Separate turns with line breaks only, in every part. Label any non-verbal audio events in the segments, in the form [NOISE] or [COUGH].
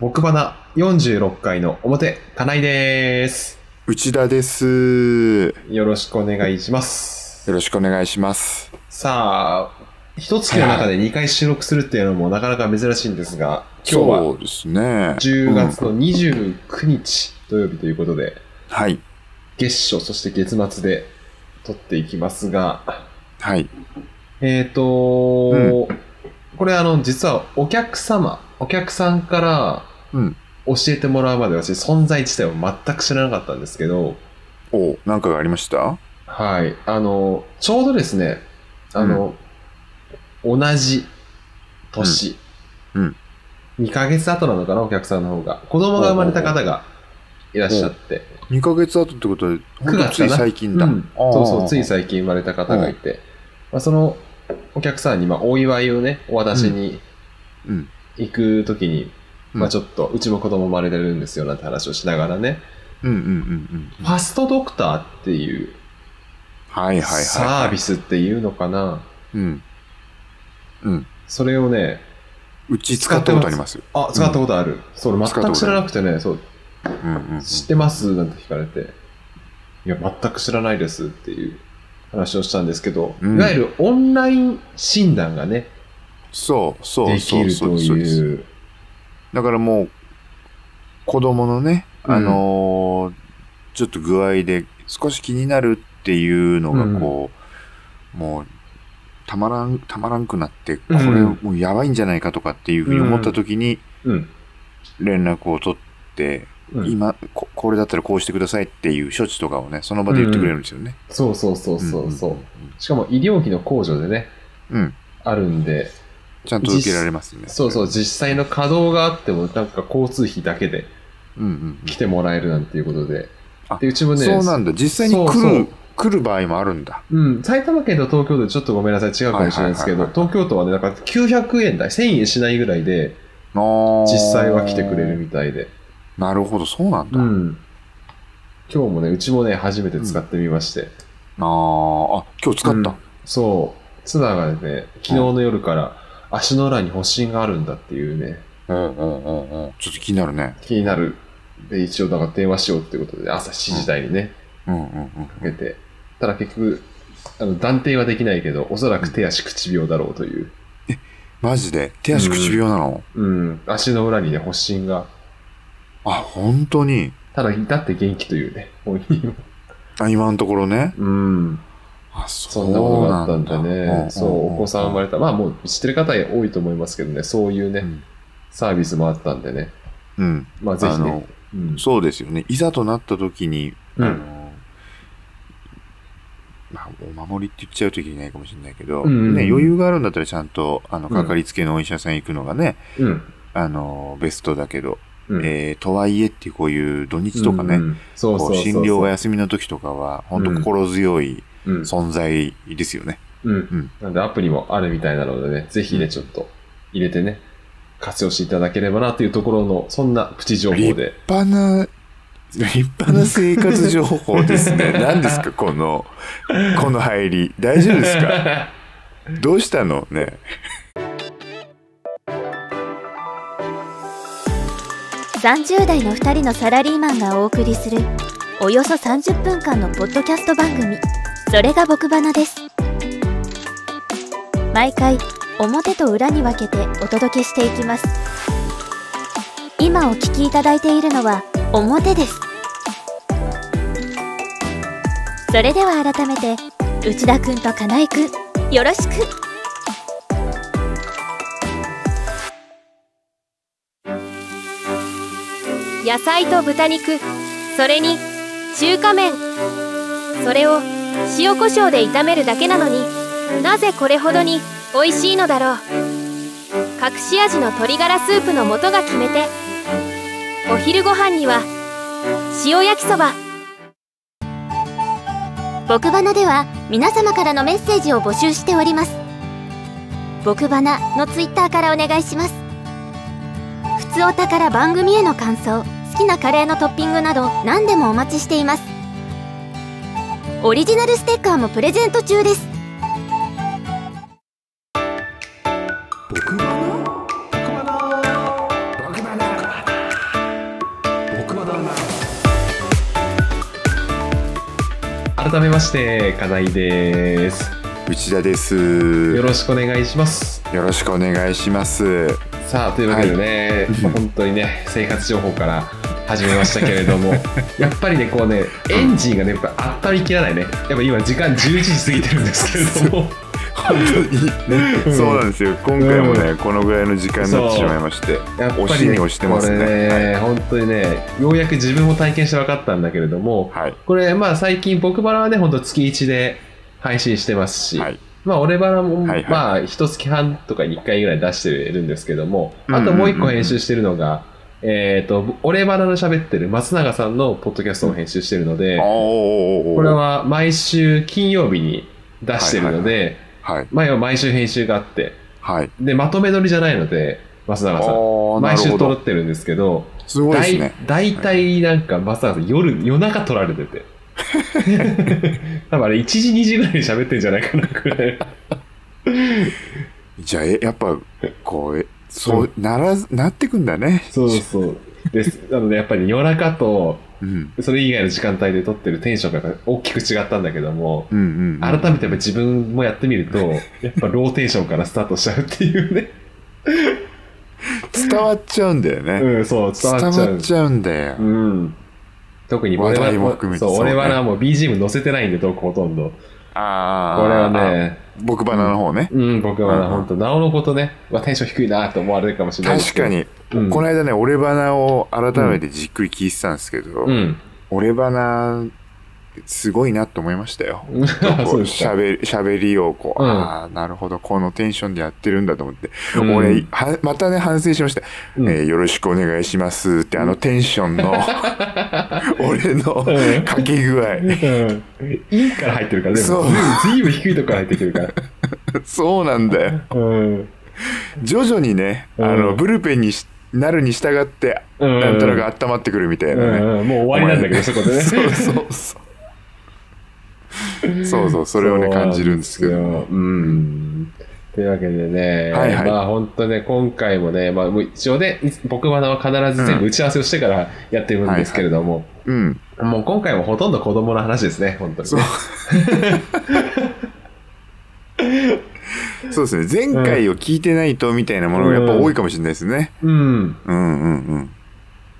僕花46回の表、金井です。
内田です。よ
よろしくお願いします。
ろしくお願いします。
さあ、一月の中で2回収録するっていうのもなかなか珍しいんですが、今日は
そうですね。
10月
うん
の29日土曜日ということで、
はい。
月初、そして月末で撮っていきますが、
はい。
えっ、とこれあの、実はお客様、お客さんから
うん。
教えてもらうまで私、存在自体を全く知らなかったんですけど、
お、なんかがありました
はい。あの、ちょうどですね、あの、同じ年、
うんうん
2ヶ月後なのかな、お客さんの方が。子供が生まれた方がいらっしゃって、
?2 ヶ月後ってことは、ほんとつい最近だ。
うん
あー
そうそう、つい最近生まれた方がいて、まあ、そのお客さんに、まあ、お祝いをね、お渡しに
うん。
行くときに、
うん
まあ、ちょっと、うちも子供生まれてるんですよ、なんて話をしながらね、
うんうんうんう
フ
ん。
ァストドクターっていう
はいはいはい。
サービ
ス。
スっていうのかな、
うん。うん。
それをね、
うち使ったことあります。
あ、使ったことある。それ
使っ
全
た
く
こと
知らなくてね、そう、
うんうんうん。
知ってますなんて聞かれて、いや、全く知らないですっていう話をしたんですけど、
うん
いわゆるオンライン診断がね、
そうそう
でき
そう
る
そ
と
うそうです。
いう。
だからもう、子供のね、
うん
あのーちょっと具合で少し気になるっていうのがこう、もう、たまらん、たまらんくなって、これ
うん
もうやばいんじゃないかとかっていうふうに思った時に
うん。
連絡を取って、
うん、
今こ、これだったらこうしてくださいっていう処置とかをね、その場で言ってくれるんですよね。
そうそうそうそうそう、
んん
しかも医療費の控除でね、
うん。うん
あるんで、
ちゃんと受けられますね。
そうそう、実際の稼働があっても、なんか交通費だけで
うんうん
来てもらえるなんていうことで。
あ
で、うち
う
も
ん。
ね、
そうなんだ。実際に来る、
そうそう
来る場合もあるんだ。
うん、埼玉県と東京都でちょっとごめんなさい、違うかもしれないですけど、
はいはいはい
東京都はね、なんか900円台、1000円しないぐらいで、実
実
際は来てくれるみたいで。
なるほど、そうなんだ。
う
あ
ん。今日もね、うちもね、初めて使ってみまして。
ーあ、今日使った。
うんそう。ツナがね、昨日の夜から足の裏に発疹があるんだっていうね、
うんうんうんうん。ちょっと気になるね。
気になる。で、一応、だから電話しようっていうことで、朝7時台にね、
うんうんうん。
かけて。ただ結局、あの断定はできないけど、おそらく手足口病だろうという。
マジで手足口病なの、
うん、足の裏にね、発疹が。
あ、本当に
ただ、至って元気というね、本人は。
あ今のところね。
うん。
あ、そ
そ
うん
なことがあったんだ
なん
ね。そう、お子さん生ま
れ
れた。まあ、もう知ってる方多いと思いますけどね、そういう
う
ね、
ん。
サービスもあったんでね。
うん。
まあ、ぜ
あ
ひね
の。、
うん
そうですよね。いざとなった時に、
うん
あの、まあ、お守りって言っちゃうといけないかもしれないけど、
うんうん
ね、余裕があるんだったらちゃんと、あの、
うん
かかりつけのお医者さん行くのがね、
うん。
あの、ベストだけど、
うん
えーとはいえっていうこういう土日とかね、
うんそうそ
こ
ううそう。
診療が休みの時とかは、本当心強い
うん。
存在ですよね。
う
うん
ん。なんで、アプリもあるみたいなのでね、ぜひね、ちょっと入れてね、活用していただければなというところの、そんなプチ情報で。
立派な、立派な生活情報で
[LAUGHS]
すね。何ですか、この、この入り。大丈夫ですかどうしたのね。
30代の2人のサラリーマンがお送りするおよそ30分間のポッドキャスト番組「それが僕花」です毎回表と裏に分けてお届けしていきます今お聞きいただいているのは表ですそれでは改めて内田くんと金井くんよろしく野菜と豚肉それに中華麺それを塩コショウで炒めるだけなのになぜこれほどに美味しいのだろう隠し味の鶏ガラスープの素が決めてお昼ご飯には塩焼きそば僕花では皆様からのメッセージを募集しております僕花のツイッターからお願いしますふつおたから番組への感想好きなカレーのトッピングなど何でもお待ちしていますオリジナルステッカーもプレゼント中です
僕はな僕はな
改めまして、金井です。
内田です
よろしくお願いします。
よろしくお願いします
さあ、というわけでね、
い
まあ本当にね、生活情報から始めましたけれども、
[LAUGHS]
やっぱりね、こうね、エンジンがね、やっぱ温まりきらないね。やっぱ今、時間11時過ぎてるんですけれども、
本当に、ね
うん
そうなんですよ今回もね、
う
このぐらいの時間になってしまいまして
やっぱり、ね、
押しに押してますね
これね、本当にね、ようやく自分も体験して分かったんだけれども、
はい
これ、まあ最近、僕バラはね、本当月1で配信してますし、
はい
まあ、俺バラも、
はいはい
まあ、一月半とかに一回ぐらい出してるんですけども、
うんうん
あ
うんう
と
ん
もう一個編集してるのが、えっ、と、俺バラの喋ってる松永さんのポッドキャストを編集してるので、
おーおーおーおー
これは毎週金曜日に出してるので、
はい
まあ、要は毎週編集があって、
はい
で、まとめ撮りじゃないので、松
あ
永さん。
ーな
毎
る
週
ほ
撮
ど
ってるんですけど、
すごいですね
だいたいなんか松永さん夜、夜中撮られて [LAUGHS] て。多分あれ1時2時ぐらいに喋ってんじゃないかなくらい。
じゃあえやっぱこうえそうならずなってくんだね
そうそう。です。なので、やっぱり夜中と、
うん
それ以外の時間帯で撮ってるテンションがやっぱ大きく違ったんだけども、
うんうんうん
改めてやっぱ自分もやってみると、やっぱローテーションからスタートしちゃうっていうね。
伝わっちゃうんだよね、
うん、そう、伝
伝
わっちゃ
わ
う
っ。ちゃうんだよ、
うん。特に俺
話
は、
題も含めて
そう、
そうね
俺はな、もう BGM 載せてないんで、どうほとんど。
ああ
これはね、
僕バナの方ね、
うん、僕は
う
なん本当なおのことね、まあ、テンション低いなと思われるかもしれないです
確
けど
か。に、
うん
この間ね俺バナを改めてじっくり聞いてたんですけど、
うん。
俺バナすごいなと思いましたよ
[LAUGHS] そうです
しゃ
か。
べりをこう、
うん
ああなるほどこのテンションでやってるんだと思って、
うん
俺はまたね反省しました、
うん
えーよろしくお願いします」ってあのテンション
[LAUGHS]
の俺の
ん
かけ具合
うん。インから入ってるからね。
そう
ずいぶん低いとこから入ってくるから。
そうなんだよ
うん。
徐々にね、
うん
あのブルペンにしなるに従って、
うん
なんとなく温まってくるみたいなね、
うんうんもう終わりなんだけどそこでね
そうそうそうそうそうそれをね感じるんですけど
そうなんですようん。というわけでね、
はいはい
まあ本当ね、今回もね、まあもう一応ね、いつ僕はは必ず全部打ち合わせをしてからやってるんですけれども、
うん
もう今回もほとんど子供の話ですね、本当に
そ
ね、
そうですね前回を聞いてないとみたいなものがやっぱ多いかもしれないですね、
うん。
うん、うん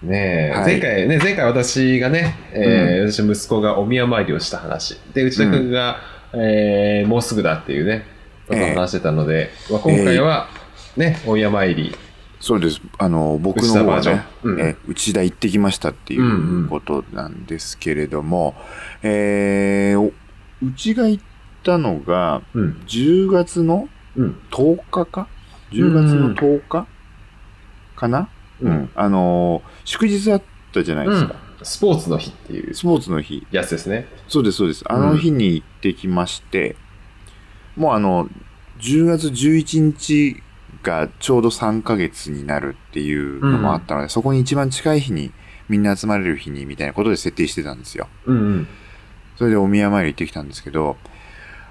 うん
ねえ、
はい
前回ね、前回私がね、えー私息子がお宮参りをした話。で、内田君が、えーもうすぐだっていうね、ことを話してたので、まあ、今回は、ね、お宮参り。
そうですあの僕
内
の
田
方
バー
は
ジョン
ね、
うん
え内田行ってきましたってい
んう
うんうことなんですけれども、えーおうちが行ったのが
うん。
10月の
うん。
10日か10月の10日かな、
うん
あのー祝日あったじゃないですか、
スポーツの日っていう
スポーツの日
やつですね。
そうですそうですあの日に行ってきまして、もうあの10月11日がちょうど3ヶ月になるっていうのもあったので、そこに一番近い日にみんな集まれる日にみたいなことで設定してたんですよ
うんうん。
それでお宮参り行ってきたんですけど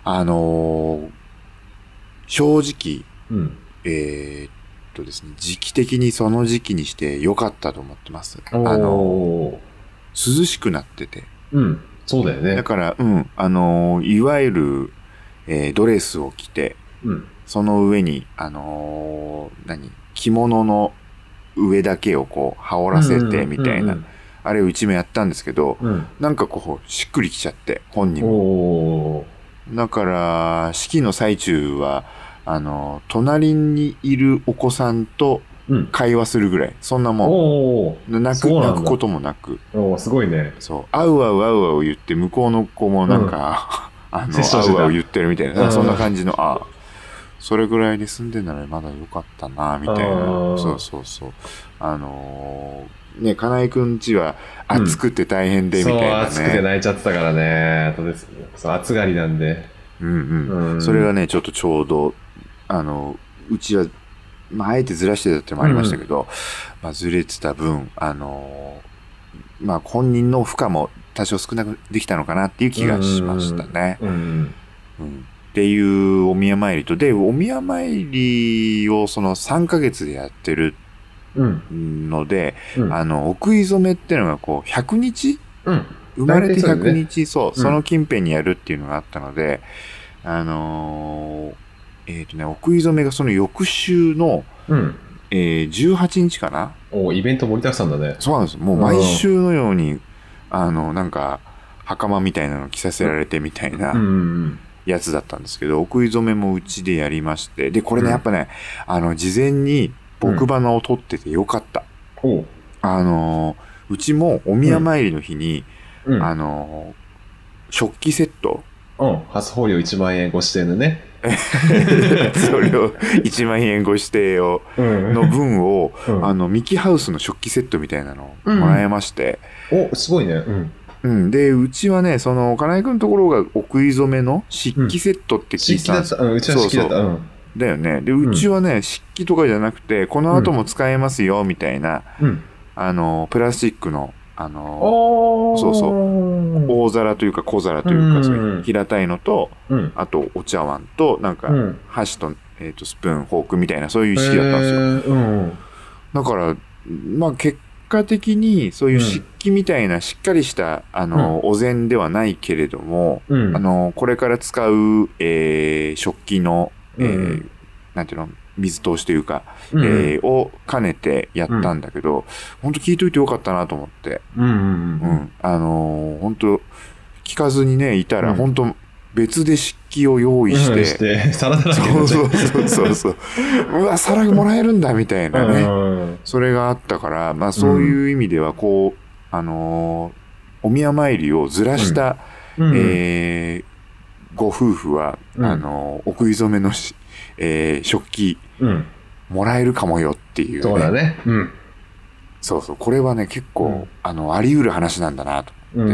あのー正直
うん。
えーっとですね、時期的にその時期にして良かったと思ってます。あの、
おー
涼しくなってて。
うん。そうだよね
だ。から、うん、あの、いわゆる、えードレスを着て、
うん。
その上に、あのー何、着物の上だけをこう、羽織らせて、みたいな。。あれを一面やったんですけど、
うん。
なんかこう、しっくりきちゃって、本人も。
おー
だから、式の最中は、あの、隣にいるお子さんと
うん。
会話するぐらい、そんなもん。
おー
泣く
そうなんだ
泣くこともなく
おーすごいね。
そう「あうあうあうあう」言って向こうの子もなんか「 [LAUGHS] あの
接して
あ
ほしいうな
あう」言ってるみたいな、
うん
そんな感じのあそれぐらいで済んでんならまだ良かったなみたいな
うん
そうそうそうあのーね金井くんちは暑くて大変でみたい
そう、
な
暑くて
ね、
泣いちゃってたからね。そうですそう暑がりなんで。
うんうん
うん
それがねちょっとちょうどあのうちは、まあ、あえてずらしてたってのもありましたけど、まあ、ずれてた分あのーまあ本人の負荷も多少少なくできたのかなっていう気がしましたね。
うん。
うんっていうお宮参りとでお宮参りをその3ヶ月でやってる
うん。
ので、
うん。
あのお食い初めってのがこう100日
うん。
生まれ
大
て
体そうだ
100
よね
日、そう、
うん
その近辺にやるっていうのがあったので、あのーえっ、とね、お食い初めがその翌週の、
うん。
えー18日かな
おイベント盛りだくさんだね。
そうなんです。もう毎週のように、あの、なんか、袴みたいなの着させられてみたいな、
うんうん
やつだったんですけど、お食い初めもうちでやりまして、で、これね、
うん
やっぱね、あの、事前に僕花を取っててよかった。
うん。おう。
あのー、うちもお宮参りの日に、
うん。
あのー、食器セット、 [LAUGHS]
うん。初放料1万円ご指定のね。
それを1万円ご指定を、
うん
の分を、
うん
あの、ミキハウスの食器セットみたいなのをもらえまして、
お、すごいね。うん。
うん、で、うちはね、その、金井くんのところがお食い初めの漆器セットって聞
漆
いて
器
たん
だ
で
っ
す
た。うんうちは漆器だった。うん。
だよね。で、うちはね、漆器とかじゃなくて、この後も使えますよ、みたいな、
うん。
あの、プラスチックの、あの、
お。
そうそう大皿というか小皿という
う
か、
ん
そういう平たいのと、
うん。
あとお茶碗と、なんか
う、ん。
箸と、えっ、と、スプーン、フォークみたいな、そういう式だったんですよ。
ですよ。うん。
だから、まあ、結果的に、そういう漆器みたいな、しっかりした、あの、お膳ではないけれども、
うん。
あの、これから使う、えー食器の、えー
うん
なんていうの、水通しというか、
うん、
えーを兼ねてやったんだけど、ほんと聞いといてよかったなと思って、
うんうん
う
うんん。
あのー、本当聞かずにね、いたら、
うん
ほんと別で漆器を用意して、
うんして、サラダだけ
そうそううそうそうそう、うわ、皿もらえるんだみたいなね、
ね。
それがあったから、まあそういう意味では、こう、あのーお宮参りをずらした、
うん。
えーご夫婦は、
うん
あのーお食い初めのし、えー食器、
うん。
もらえるかもよっていう、
そうだね。うん。
そうそう、これはね、結構、
うん
あの、あり得る話なんだなと。
うん。
う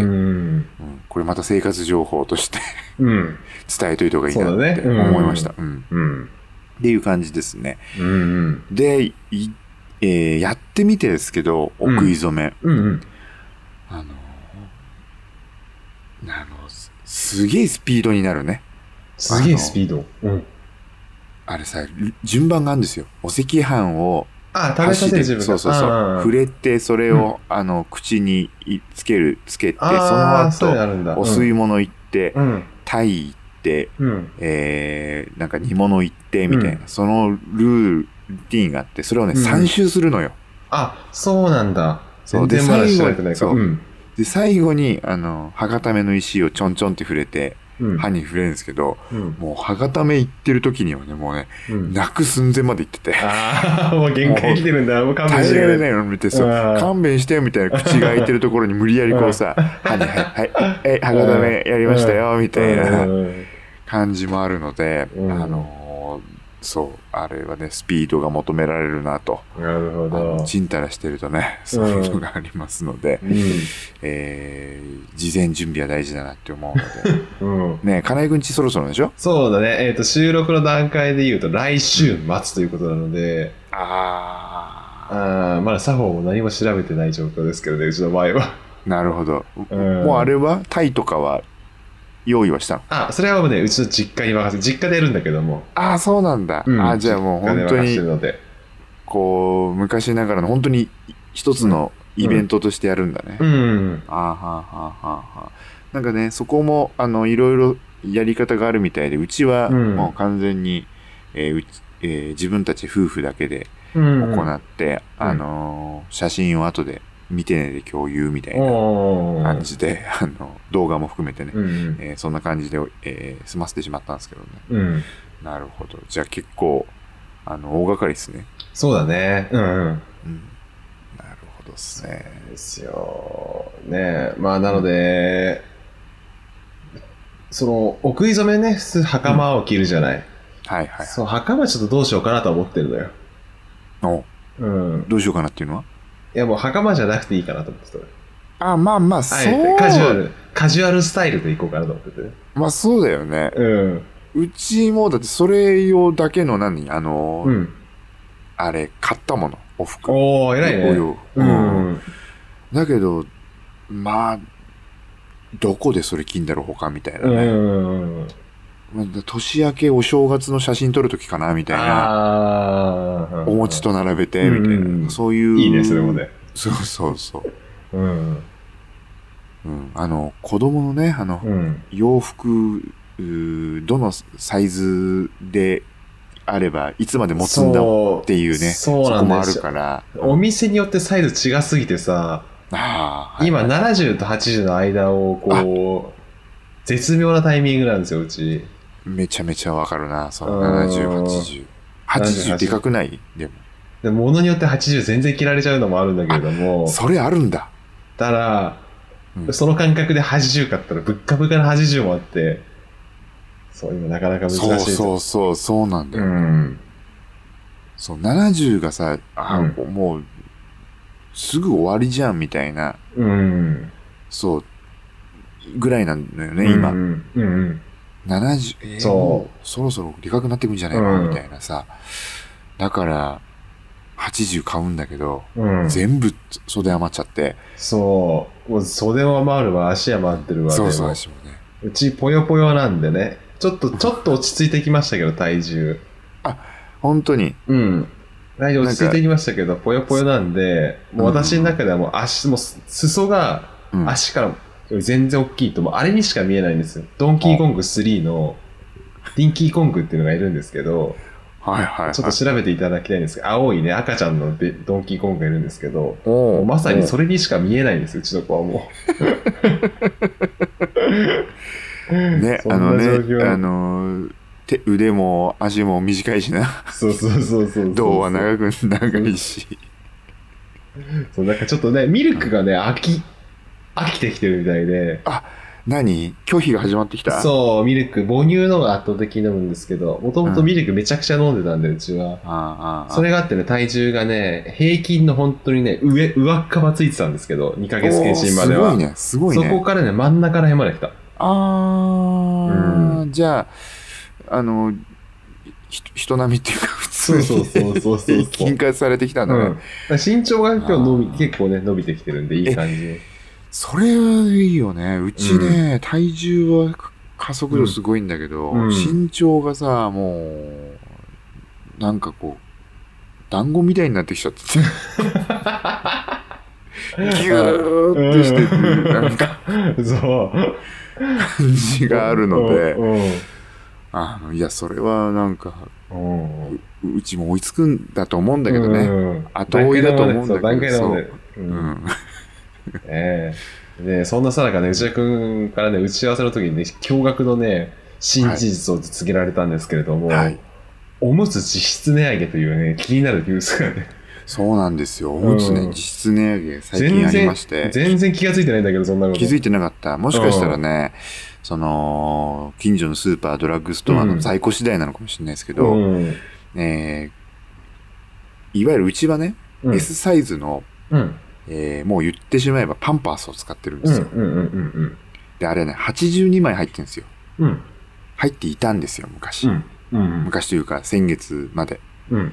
んこれまた生活情報として [LAUGHS]
うん。
伝えといた方がいいなって
そうだねうん
思いました。うん
うん。
っていう感じですね。
うん。
で、いえーやってみてですけど、お
うん
食い初め。
うん。
あのーあの、すすげえスピードになるね。
すげえスピード。うん。
あれさ、順番があるんですよ。お赤飯を
あ、食べさせ
箸
る
で、
自分が。
そうそうそう。触
れ
れて、それを、あの、口にいつける、つけて、その
あーそう
後、
なるんだ。
お吸い物行って、
うん。
タイ行って、
うん。
えー、なんか煮物行って、みたいな、
う
そのルールティーンがあって、それをね、
うん
3周するのよ。
あ、そうなんだ。
そう
全
で
然まだ知られてないか
最
ら。
後
うん。
で、最後に、あの、歯固めの石をちょんちょんって触れて、
うん。
歯に触れるんですけど、
うん。
もう歯固め行ってる時にはね、もうね、
うん
泣く寸前まで行ってて、
ああ、もう限界来てるんだ。もう勘弁し
耐え
て
られな
れ。
いの見て、そう、
うん
勘弁してよみたいな口が開いてるところに無理やりこうさ、 [LAUGHS] 歯に、はい、はい、え、歯固めやりましたよ、みたい
う
な。
ん
感じもあるので、
うん
あのーそうあれはねスピードが求められるなと
なるほ
あの
ど。
ちんたらしてるとねそういうのがありますので、えー事前準備は大事だなって思うので
うん。うん。
ねえ金井くんちそろそろでしょ
そうだね、えっと収録の段階で言うと来週末ということなので、
あ
あーまだ作法も何も調べてない状況ですけどねうちの場合は
あなるほど、
うん
もうあれはタイとかは用意はしたの
あそれはもうねうちの実家に任せ実家でやるんだけども、
ああそうなんだ、
うん
あーじゃあもう本
実
当
家で任せてる
に
ので
こう昔ながらの本当に一つのイベントとしてやるんだね、
うん
あーはーはーはーはーなんかね、そこも、あの、いろいろやり方があるみたいで、うちは
うん
もう完全に、えーうちえー自分たち夫婦だけで
うん
行って、
うん
あのー写真を後で見てねで共有みたいな
おー
感じで、あの、動画も含めてね、
うん
えーそんな感じで、えー済ませてしまったんですけどね。
うん
なるほど。じゃあ結構、あの、大掛かりですね。
そうだねうんうん
うん。なるほどですね。
ですよねまあなので、そのお食い初めね普通袴を着るじゃない、
はいはい。
そう袴ちょっとどうしようかなとは思ってるのよ
お
うん
どうしようかなっていうのはい
やもう袴じゃなくていいかなと思ってた俺
あ、まあまあ、
あ
そ
えて
う。
カジュアル、カジュアルスタイルでいこうかなと思っててね。
まあそうだよね。
うん。
うちもだってそれ用だけの何あの、
うん。
あれ買ったもの、お服。
おお偉い
お
ね。
洋服
う
うん
ん。
だけど、まあ、どこでそれ着んだろう他みたいな
う
ね。
ん。
まあ年明けお正月の写真撮るときかなみたいな。
ああ。
お餅。と並べて、みたいな、
うんうん
そういう。
いいね、それもね。
そうそうそう。
うん。
うん、あの、子供のね、あの、
うん。
洋服、うーどのサイズであれば、いつまで持つんだっていうね、
そうそう
こ
なん
もあ
で
る
すよ。
から。
お店によってサイズ違すぎてさ、
ああ、はい
今70と80の間をこう、絶妙なタイミングなんですよ、うち。
めちゃめちゃわかるな、そうの
ん
70、80。80でかくないでも。
で物によって80全然着られちゃうのもあるんだけれども、
それあるんだ。
たら、
うん
その感覚で80買ったらぶっかぶかの80もあって、そう、今なかなか難しい
そう
と
そうそう、そうなんだよ。
うん。
そう、70がさ、あーもう、すぐ終わりじゃんみたいな、
うん。
そう、ぐらいなんだよね、今
う。ん。うんうん。
70、えー
そう
もうそろそろでかくなってくんじゃないかな
うん
みたいなさ。だから、80買うんだけど、
うん
全部袖余っちゃって。
そう。もう袖は回るわ、足は回ってるわ。
そうそう、
でも
私もね。
うちぽよぽよなんでね。ちょっ
[LAUGHS]
と、ちょっと落ち着いてきましたけど、体重。
本当に、
うん。体重落ち着いてきましたけど、ぽよぽよなんで、もう私の中ではもう足、もう裾が
うん、
足からより全然大きいと、もうあれにしか見えないんですよ。ドンキーコング3の、ディンキーコングっていうのがいるんですけど、
はいはいはい。
ちょっと調べていただきたいんですけど、青いね、赤ちゃんのでドンキーコングがいるんですけど、も
お
う
う
まさに
お
それにしか見えないんです、うちの子はも
うね、
そんな
あのね
状況、
あのー、手腕も足も短いしな、
う。そうそうそうそうそう。
胴は長く長いし。
そう、なんかちょっとね、ミルクがね、飽き、飽きてきてるみたいで、
何拒否が始まってきたう。
そう、ミルク、母乳のが圧倒的に飲むんですけど、もともとミルクめちゃくちゃ飲んでたんで、うちは。
ああ、ああ。
それがあってね、体重がね、平均の本当にね、上、上っかばついてたんですけど、2ヶ月検診までは。
おーすごいね、すごい
そ
ね。
こからね、真ん中ら辺まで来た。
ああ、じゃあ、あの、ひ人並みっていうか、普通
そう
に
そうそうそうそ
[LAUGHS]
う
平均化されてきたんだね。
うん、身長が今日伸び
あー
結構ね伸びてきてるんでいい感じ
それはいいよね。うちね、体重はか加速度すごいんだけど、
うん
身長がさ、もう、なんかこう、団子みたいになってきち
[LAUGHS]
ゃってて。ギューってしてるなんか
そう
感じがあるので、
う
あのいや、それはなんか、
んうんうん
ううちも追いつくんだと思うんだけどね。
うん
後追いだと思うんだけど
段階だもんねそう
う
段階だもんねう
ん
んええでそんなさなかね内田君からね打ち合わせの時にね驚愕のね新事実を告げられたんですけれども、
はい
おむつ実質値上げというね気になるニュースがね
そうなんですよ。おむつね、
うん
実質値上げ最近ありまして、
全然気がついてないんだけどそんなこと
気づいてなかった。もしかしたらね、その、近所のスーパー、ドラッグストア
うん
の在庫次第なのかもしれないですけ
う
ど、
ん
えーいわゆるうちはね、
うん
S サイズの、
うん
えーもう言ってしまえばパンパースを使ってるんで
うん
す
うん
よ。
うんうん
で、あれね、82枚入ってるんですよ。
うんうん
入っていたんですよ、昔。
うんうん
昔というか、先月まで。
うん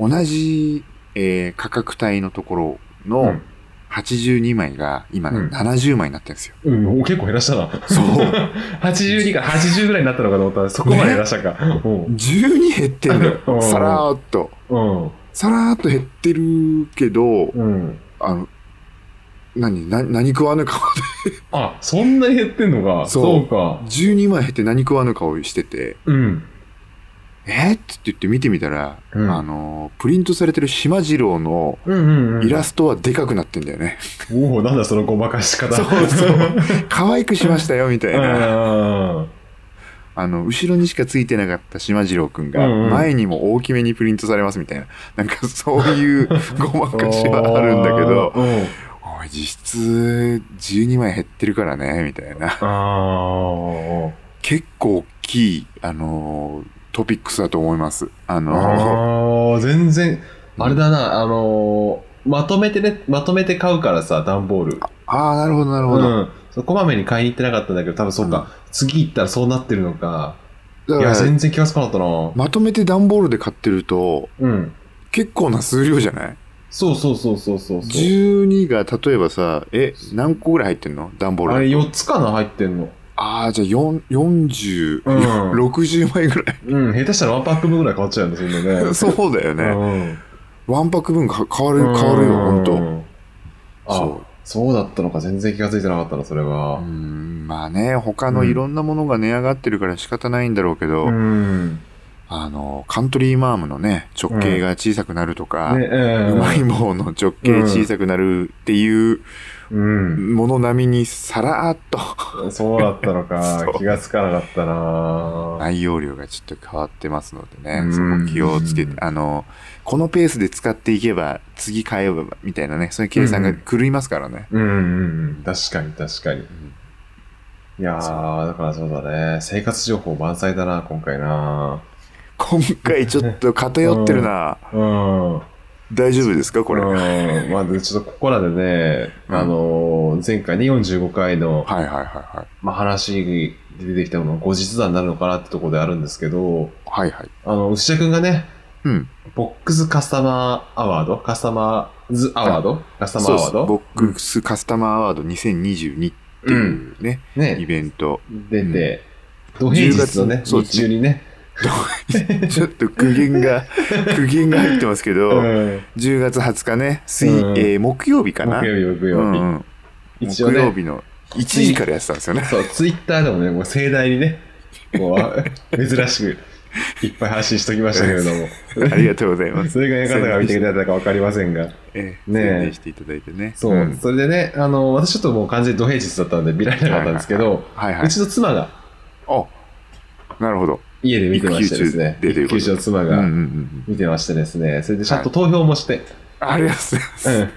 同じ、えー価格帯のところの、
うん
82枚が今ね、
うん
70枚になってるんですよ。
うん、結構減らしたな。
そう。
82から80ぐらいになったのかと思ったら、そこまで減らしたか。うん
12減ってんだ
うん
よ。さらーっと。
うん。
さらーっと減ってるけど、
うん。
あの、何、な何食わぬ顔 [LAUGHS] で。
あ、そんなに減ってんのか。
そう
そうか。
12枚減って何食わぬ顔してて、
うん。
えー、って言って見てみたら、
うん
あの、プリントされてる島次郎の
うんうんうん。
イラストはでかくなってんだよね。
おお、なんだそのごまかし方。
そうそう。可愛くしましたよ、みたいな。
あ
あの、後ろにしかついてなかった島次郎くんが、
うんうん
前にも大きめにプリントされますみたいな。なんかそう
[LAUGHS]
いうごまかしはあるんだけど、
うん。
おい、実質12枚減ってるからね、みたいな。
あ
結構大きい、あのートピックスだと思います。あ
あ。
の
ああ、全然、あれだな、あのー、まとめてね、まとめて買うからさ、段ボール。
ーああ、なるほど、なるほ
う
ど。
ん。そうこまめに買いに行ってなかったんだけど、多分そう
うん
か。次行ったらそうなってるのか。いや、
だから、
全然気がつかなかったな。
まとめて段ボールで買ってると、
うん。
結構な数量じゃない
そうそうそうそうそうそう。
12が例えばさ、え、何個ぐらい入ってんの段ボール。
あれ4つかな入ってんの。
ああ、じゃあ4、40、
うん
[LAUGHS] 60枚ぐらい。
うん、下手したらワンパック分ぐらい変わっちゃうんだ、そんなね。
そうだよ
う
ね。
ん。
ワンパック分か変わる、変わるよ、ほんと。
あ
そう。
そうだったのか、全然気がついてなかったな、それ
う
は。
ん、まあね、他のいろんなものが値上がってるから仕方ないんだろうけど、
うん。ね、
あの、カントリーマームのね、直径が小さくなるとか、
え
うまい棒の直径小さくなるっていう
うん。
もの並みにさらーっと [LAUGHS]
そうだったのか
そ、う
気がつかなかったな。
内容量がちょっと変わってますので
う
ね、
ん
そこ気をつけて、あの、このペースで使っていけば、次買えば、みたいなね、そういう計算が狂いますからね。
うんうんうん。確かに、確かに。いやー、だからそうだね。生活情報満載だな、今回な。
今回ちょっと偏ってるな。
うん。
大丈夫ですかこれ。はい
うん。まあ、でちょっとここらでね、
うん
あのー前回ね、45回の、
はいはいはい。
まあ、話で出てきたものが後日談になるのかなってところであるんですけど、
はいはい。
あの、牛田くんがね、
うん。
ボックスカスタマーアワードカスタマーズアワードカスタマーアワー
そうです
ド
ボックスカスタマーアワード2022っていうね、イ
ね、
ベント。 [LAUGHS]
出て、土平日のね、
10月のそう
日
ですね
中にね、
ちょっと苦
[LAUGHS]
言が、苦言が入ってますけど、
うん
10月20日ね、水、
うん
えー木曜日かな。
木曜日、木
う
曜日。
んうん木
一応
曜
ね、
日の1時からやってたんですよね。
そう、ツイッターでもね、もう盛大にね、こう、 [LAUGHS] 珍しくいっぱい発信しときましたけれども。
[LAUGHS] ありがとうございます。
それがね方が見ていただいたか分かりませんが。
ええ
ねえ
宣伝していただいてね。
そう、
ん
それでね、あの、私ちょっともう完全に土平日だったんで見られなかったんですけど、
はいはいう
ち。の妻が
あ、なるほど。
家で見てましてですね、
育休中でとい
育
うこ
休
と
中の妻
うんうんう
が
ん。
見てましてですね、それでちゃんと投票もして、
ありがとうございます。
うん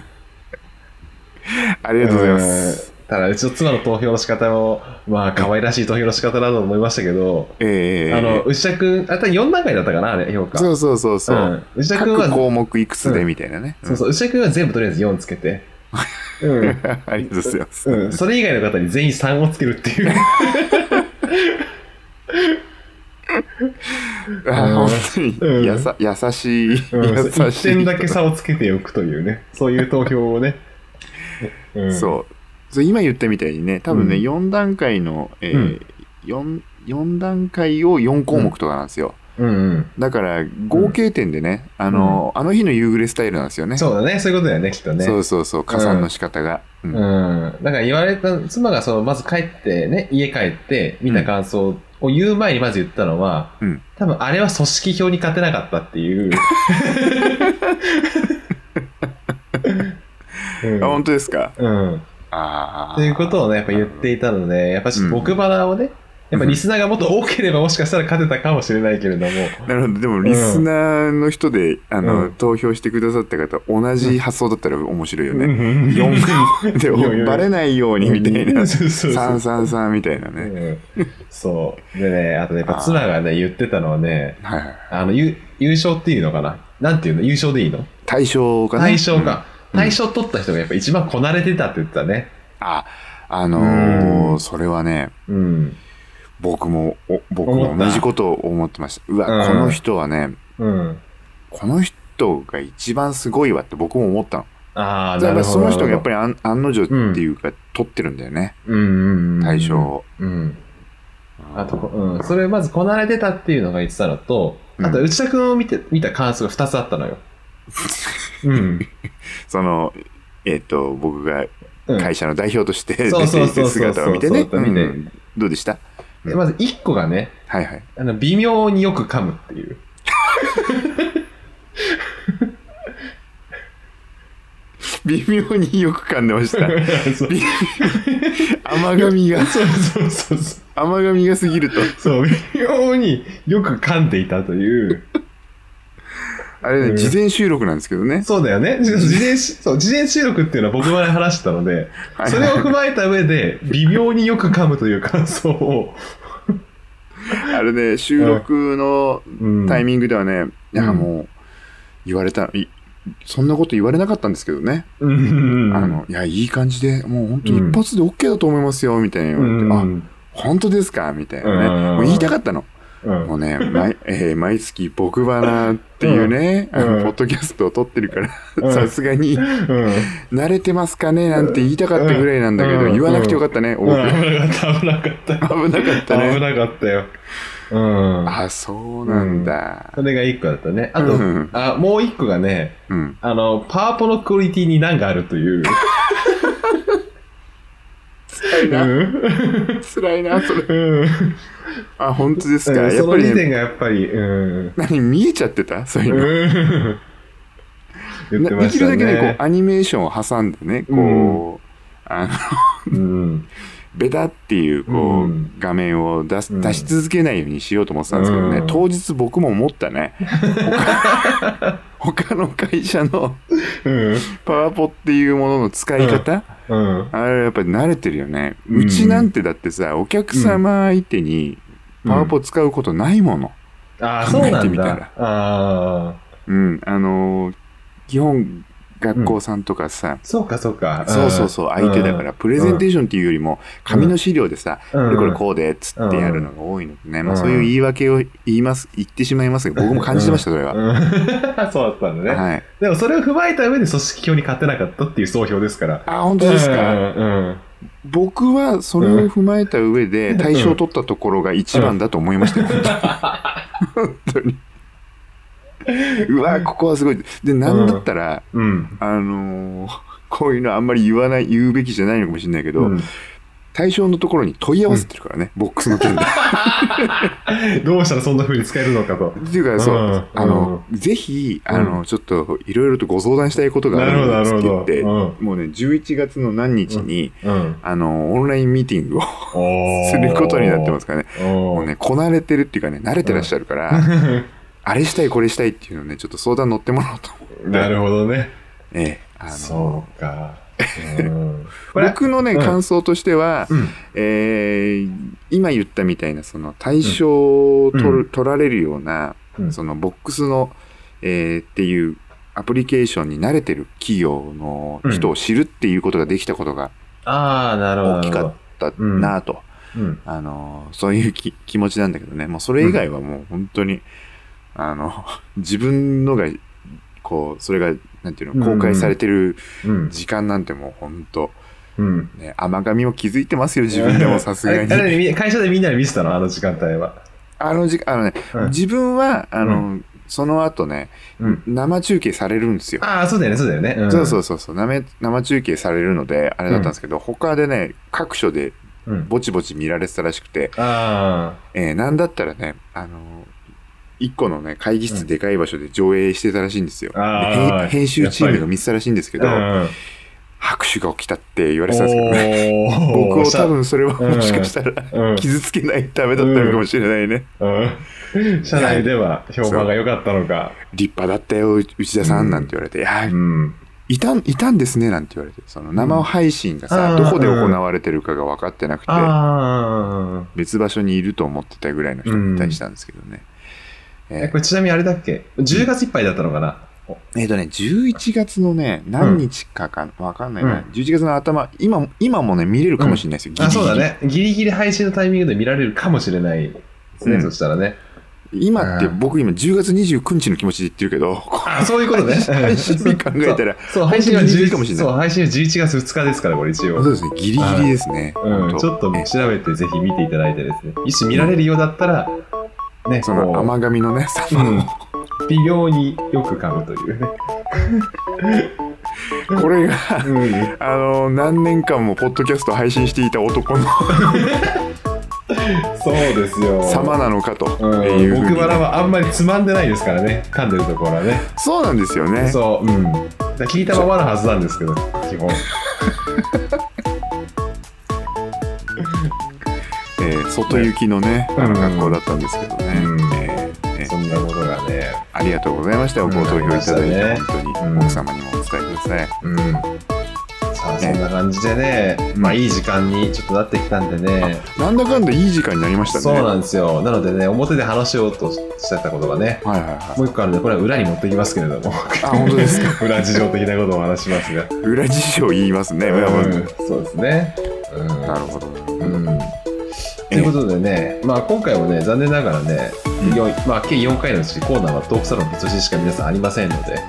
ありがとうございます。
うんただ、うちの妻の投票の仕方も、まあ、可愛らしい投票の仕方だと思いましたけど、
ええええ
あの、内田君、あ、た4段階だったかな、あれ、評価。
そううそうそうそう。
ん内田君は
各、項目いくつでみたいなね。
そうそう、内田君は全部とりあえず4つけて、うん。
[LAUGHS] うん [LAUGHS] ありがとうございます。
うん、それ以外の方に全員3をつけるっていう。
あ本当
うん
にやさ、優しい、
うん、
優しい。
1点だけ差をつけておくというね、そういう投票をね。うん
[LAUGHS] そう。そう今言ったみたいにね、多分ね、
うん
4段階の、えー四4段階を4項目とかなんですよ。
うん
だから、合計点でね、あの、あの日の夕暮れスタイルなんですよ
う
ね。
ん。そうだね、そういうことだよね、きっとね。
そうそうそう、加算の仕方が。うん
うん。だから言われた、妻がその、まず帰ってね、家帰って見た感想を言う前にまず言ったのは、
うん
多分あれは組織票に勝てなかったって
[LAUGHS]
いう。うん
あ、本当ですか。
うん。
ああ。
ということをね、やっぱ言っていたので、やっぱちょっと僕バナをね、やっぱリスナーがもっと多ければもしかしたら勝てたかもしれないけれど
[LAUGHS]
も、
なるほど。でも、リスナーの人で、あの、
うん
投票してくださった方、同じ発想だったら面白いよね。
4
4で
いやいや
バレないようにみたい
[LAUGHS]
な。
そうそうそう。
333みたいなね。
うんそう。でね、あとね、やっぱ妻がね、言ってたのはね、
はいはい。
あの、優優勝っていうのかななんていうの優勝でいいの
対象かな。
大賞
うん
か。大賞取った人がやっぱ一番こなれてたって言ってたね。
あ、あの
う
ー、
ん
それはね、
うん。
僕も、お僕も
思った
同じことを思ってました。うわ、
うん
この人はね、
うん。
この人が一番すごいわって僕も思ったの。
ああ、な
だか
る
ら
ほど。
その人がやっぱ
り、
り案案の定っていうか、取ってるんだよね、
うんうんうん。
対象を。
うん。あと、うん。それまずこなれてたっていうのが言ってたのと、あと、
うん
内田君を見て、見た感想が2つあったのよ。うん。
その、えっ、と、僕が
うん
会社の代表として出
そう
て
そう
い
そうそ
く
う
姿を見て
そ
ね。
うそう見て
うんどうでした
でまず1個がね、
はいはい。
あの、微妙によく噛むっていう。
微妙によく噛んでました。
[LAUGHS] そう
微甘噛みが、
そうそうそうそう。
甘噛みがすぎると。
そう、微妙によく噛んでいたという。
あれ
う
ね、
ん
事前収録なんですけどね。
そうだよね。事前し、そう、事前収録っていうのは僕まで話したので、
はい
それを踏まえた上で、微妙によく噛むという感想を。
あれね、収録の
うん
タイミングではね、いや、
うん
もう、言われた、いそんなこと言われなかったんですけどね。
うん。
あの、いや、いい感じで、もう本当に一発で OK だと思いますよ、みたいな
う
言
ん、
われて、あ、本当ですかみたいなね
うん。
もう言いたかったの。
うん
もうね、毎えー毎月、僕バナっていうね、
うん
あ
う
の
ん
ポッドキャストを撮ってるか
う
ら、
ん
さすがに、
うん。
慣れてますかねなんて言いたかったぐらいなんだけど、
うん
言わなくてよかったね、
うん、危なかった、危なかった。
僕。危なかった
危
ね。
なかったよ。うん。
あ、そうなんだ。
それが一個だったね。あと、
うん
あもう一個がね、
うん。
あの、パワポのクオリティに難があるという。
辛いな。辛いな、それ。あ、本当ですか。やっ
そ
ぱ
の
り
時
ね、
点がやっぱり、うん。
何、見えちゃってたそういうの。
うん [LAUGHS] 言って
なで
まし
きる
た
だけね
ね。
こうアニメーションを挟んでねこう、あの
うん
ベタっていうこう、
うん
画面を出す
うん
出し続けないようにしようと思ってたんですけどね、
うん
当日僕も思ったね
[LAUGHS]
他他の会社の
うん
パワポっていうものの使い方、
うん
あれやっぱり慣れてるよね、
う
うんちなんてだってさお客様相手にパワポ使うことないもの、
ああ、そう
考え
な
て
ん
みた
だ
ら。
ああ。
うんあのー基本学校さんとかさ、
そうか、そうか。
そうそうそう、相手だから、プレゼンテーションっていうよりも、紙の資料でさ、
うん
これこれこうで、っつってやるのが多いのでね、ま
う
あ
ん
そういう言い訳を言います、言ってしまいますけど、僕も感じてました、それは。
は。 [LAUGHS] そうだったんだね。
はい。
でもそれを踏まえた上で組織票に勝てなかったっていう総評ですから。
あ、本当ですか。
うん
僕はそれを踏まえた上で、対象を取ったところが一番だと思いましたよ。本当に。うわ、ここはすごい。で、なんだったら、
うん。うん。
あのーこういうのあんまり言わない、言うべきじゃないのかもしれないけど、
うん
対象のところに問い合わせてるからね、ボックスの件で。
どうしたらそんな風に使えるのかと。
っていうか、そう、
うん
あの、ぜひ、あの、ちょっと、いろいろとご相談したいことがあ
なる
る
ほど、
ん
な
です
る
っ
ほ
て言っ
ど。
て、
うん
もうね、11月の何日に、
[LAUGHS] うん。
あの、オンラインミーティングを
おー
することになってますからね、
お
もうね、こなれてるっていうかね、慣れてらっしゃるから、
ー
あれしたい、これしたいっていうのをね、ちょっと相談乗ってもらおうと思
[LAUGHS] [LAUGHS]
って。
なるほどね。
ええ、あの、
そうか。うんこれ、
僕のね、
うん
感想としては、
うん
えー今言ったみたいな、その、対象を取る、
うん
取られるような、
うん
そのボックスの、えーっていうアプリケーションに慣れてる企業の人を知るっていうことができたことが
ああ、なるほど。
大きかったなと、
た。うん。
あのそういうき気持ちなんだけどねもうそれ以外はもう本当に、あの [LAUGHS] 自分のがこうそれがなんていうの
うん
公開されてる
うん。
時間なんてもう本当、
うん。
ね、甘噛みも気づいてますよ自分でもさすが
あれあ
に
れみ会社でみんなで見せたのあの時間帯は。
あの時間あのね、
うん
自分はあの、その後ね
うん。
生中継されるんですよ
ああ、そうだよね、そうだよね。ん
そうそうそうそう生生中継されるのであれだったんですけど、他でね各所で
うん。
ぼちぼち見られてたらしくて、
あ
えーなんだったらねあの1個のね会議室でかい場所で上映してたらしいんですよ、
あ
で
ー
編編集チームが見てたらしいんですけ
あ。
ど、
うん
拍手が起きたって言われてたんですけどね
おー
僕を多分それは
うん
もしかしたら
うん
傷つけないためだったのかもしれないね、
うん社内では評判が良かったのか。
立派だったよ内田さんなんて言われて、いやー
うん。
いたんいたんですねなんて言われてその生配信がさ、
うん
どこで行われてるかが分かってなくて、
ああ。
別場所にいると思ってたぐらいの人に対したんですけどね。え
え、
ー
これちなみにあれだっけ ?10 月いっぱいだったのかな
えーとね、11月のね、何日かか、わかんないな、
うん
11月の頭、今、今もね、見れるかもしれないですよ、ギリ
あ、
ギリ
そうだね。ギリギリ配信のタイミングで見られるかもしれないです
う
ね、
ん
そしたらね。
今って、
うん
僕今、10月29日の気持ちで言ってるけど、
あ、そういうことね。
[LAUGHS] 配信日考えたら
そうそう、配信は
本当にギリギ
11
リかもしれない
そう、配信は11月2日ですから、これ一
そう
応。
ですね、ギリギリですね。
う
ほ
ん、
と
ちょっと
えー
調べてぜひ見ていただいてですね。一し見られるようだったら、ね、
その
こう
甘髪のね、その
うん、微妙によく噛むというね。
これが、
うん、
あの、何年間もポッドキャスト配信していた男の
そうですよ。
様なのかと
うん
いうふうに
奥腹はあんまりつまんでないですからね、噛んでるところはね。
そうなんですよね。
そう、うん。だから聞いたままのはずなんですけど、基本。
えー外行きのね、あの学校だったんですけどね。
うん
えーえー
そんなことがね。
ありがとうございました。ご投票いただいて、
うん
本当
う
に
ん
奥様にもお伝えください。
うん。さあ、そ
ね
んな感じでね、まあいい時間にちょっとなってきたんでね。
なんだかんだいい時間になりましたね。
そうなんですよ。なのでね、表で話しようとしてたことがね、
はいはいはい。
もう一個あるので、これは裏に持ってきますけれど
[LAUGHS]
も、
あ、本
[LAUGHS]
当ですか。
裏事情的なことをお話しますが。
裏事情言いますね。裏
う
事
ん
情
そうですね。うん
なるほど。
うんということでね、まあ、今回もね、残念ながらね、
うん
よんまあ、計4回のうちコーナーはトークサロンと通信しか皆さんありませんので、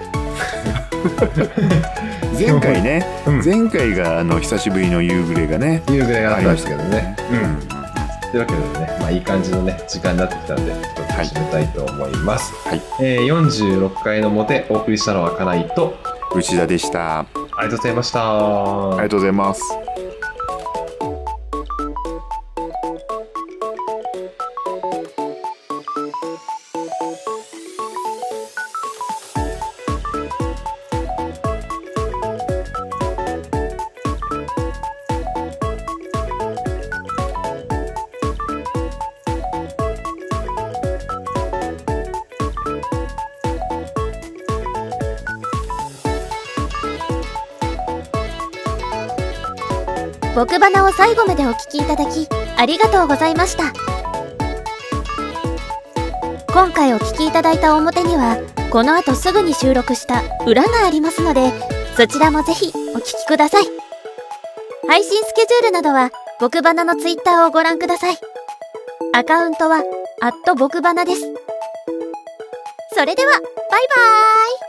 前回ね、
うん
前回があの久しぶりの夕暮れがね、
いうぐらいがあ
あ
っ
り
たん
ま
で
し
す
た
けど
けど
ね
ね。。
うん
うん
というわけでね、まあ、いい感じのね、時間になってきたんで、ちょっと始めたいと思います。
はい
えー46回の表、お送りしたのはかないと、
内田でした。あ
ありがとうございました。
りがとうございます。
僕花を最後までお聞きいただきありがとうございました今回お聞きいただいた表にはこの後すぐに収録した裏がありますのでそちらもぜひお聞きください配信スケジュールなどは僕花のツイッターをご覧くださいアカウントは僕花ですそれではバイバーイ